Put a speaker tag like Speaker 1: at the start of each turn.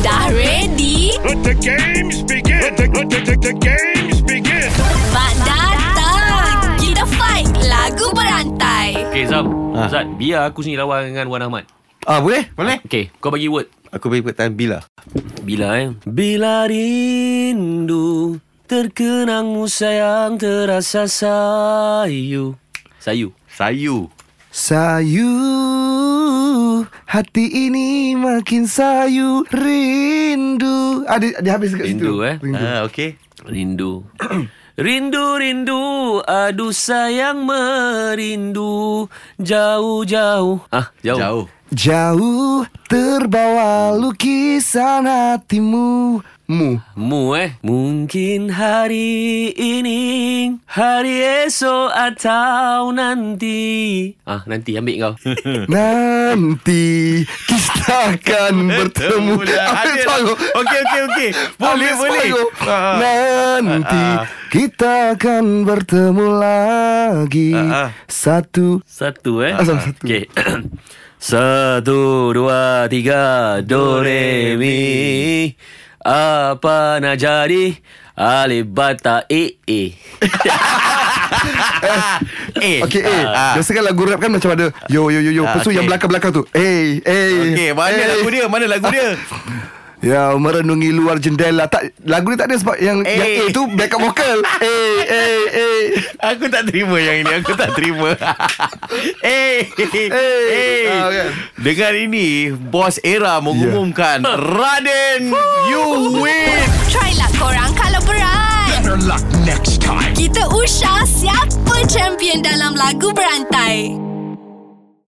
Speaker 1: Dah ready?
Speaker 2: Let the games begin. Let the, let the, the, the games begin.
Speaker 1: Mak datang! Kita fight lagu berantai.
Speaker 3: Okay Zam
Speaker 4: Ha.
Speaker 3: ha. Zat Biar aku sini lawan dengan Wan Ahmad
Speaker 4: Ah boleh? Boleh.
Speaker 3: Okay Kau bagi word
Speaker 4: Aku beri perkataan bila.
Speaker 3: Bila eh Bila rindu Terkenangmu sayang Terasa sayu Sayu
Speaker 4: Sayu.
Speaker 5: Sayu Hati ini makin sayu Rindu ah, dia, dia habis kat situ
Speaker 3: Rindu, eh?
Speaker 5: Rindu
Speaker 4: Ah okey.
Speaker 3: Rindu Rindu rindu Aduh sayang merindu Jauh-jauh Ah jauh,
Speaker 4: Jauh.
Speaker 5: Jauh terbawa lukisan hatimu Mu
Speaker 3: Mu eh Mungkin hari ini Hari esok atau nanti Ah nanti ambil kau
Speaker 4: Hmm.
Speaker 5: Nanti kita akan Hmm, bertemu Ah, Ambil separuh.
Speaker 4: Eh, Okey okey okey. Oh, Boleh
Speaker 5: Ambil
Speaker 4: boleh.
Speaker 5: separuh.
Speaker 4: Ah, ah.
Speaker 5: Nanti
Speaker 4: Ah, ah.
Speaker 5: kita akan bertemu lagi
Speaker 4: Ah, ah.
Speaker 5: Satu
Speaker 3: Satu eh
Speaker 5: Ah, sama, satu.
Speaker 3: okay. Satu, dua, tiga Do, re, mi Apa nak jadi Alif, bata, e, e
Speaker 4: Eh.
Speaker 5: Okay eh
Speaker 4: Ah.
Speaker 5: Biasa kan lagu rap kan macam ada Yo yo yo yo Lepas
Speaker 4: Ah,
Speaker 5: tu yang
Speaker 4: okey.
Speaker 5: belakang-belakang tu Eh eh
Speaker 4: Okey, mana
Speaker 5: eh.
Speaker 4: lagu dia? Mana lagu dia?
Speaker 5: Ya merenungi luar jendela tak Lagu dia tak ada sebab yang
Speaker 4: Eh.
Speaker 5: Yang A tu backup vocal Eh eh eh
Speaker 4: Aku tak terima yang ini Aku tak terima Eh
Speaker 5: Eh.
Speaker 4: Eh
Speaker 5: Ah, kan?
Speaker 4: Dengan ini Bos Era mengumumkan
Speaker 5: Ya.
Speaker 4: Raden You win
Speaker 1: Try lah korang kalau berat.
Speaker 2: Better luck next time.
Speaker 1: Kita usah siapa champion dalam lagu berantai.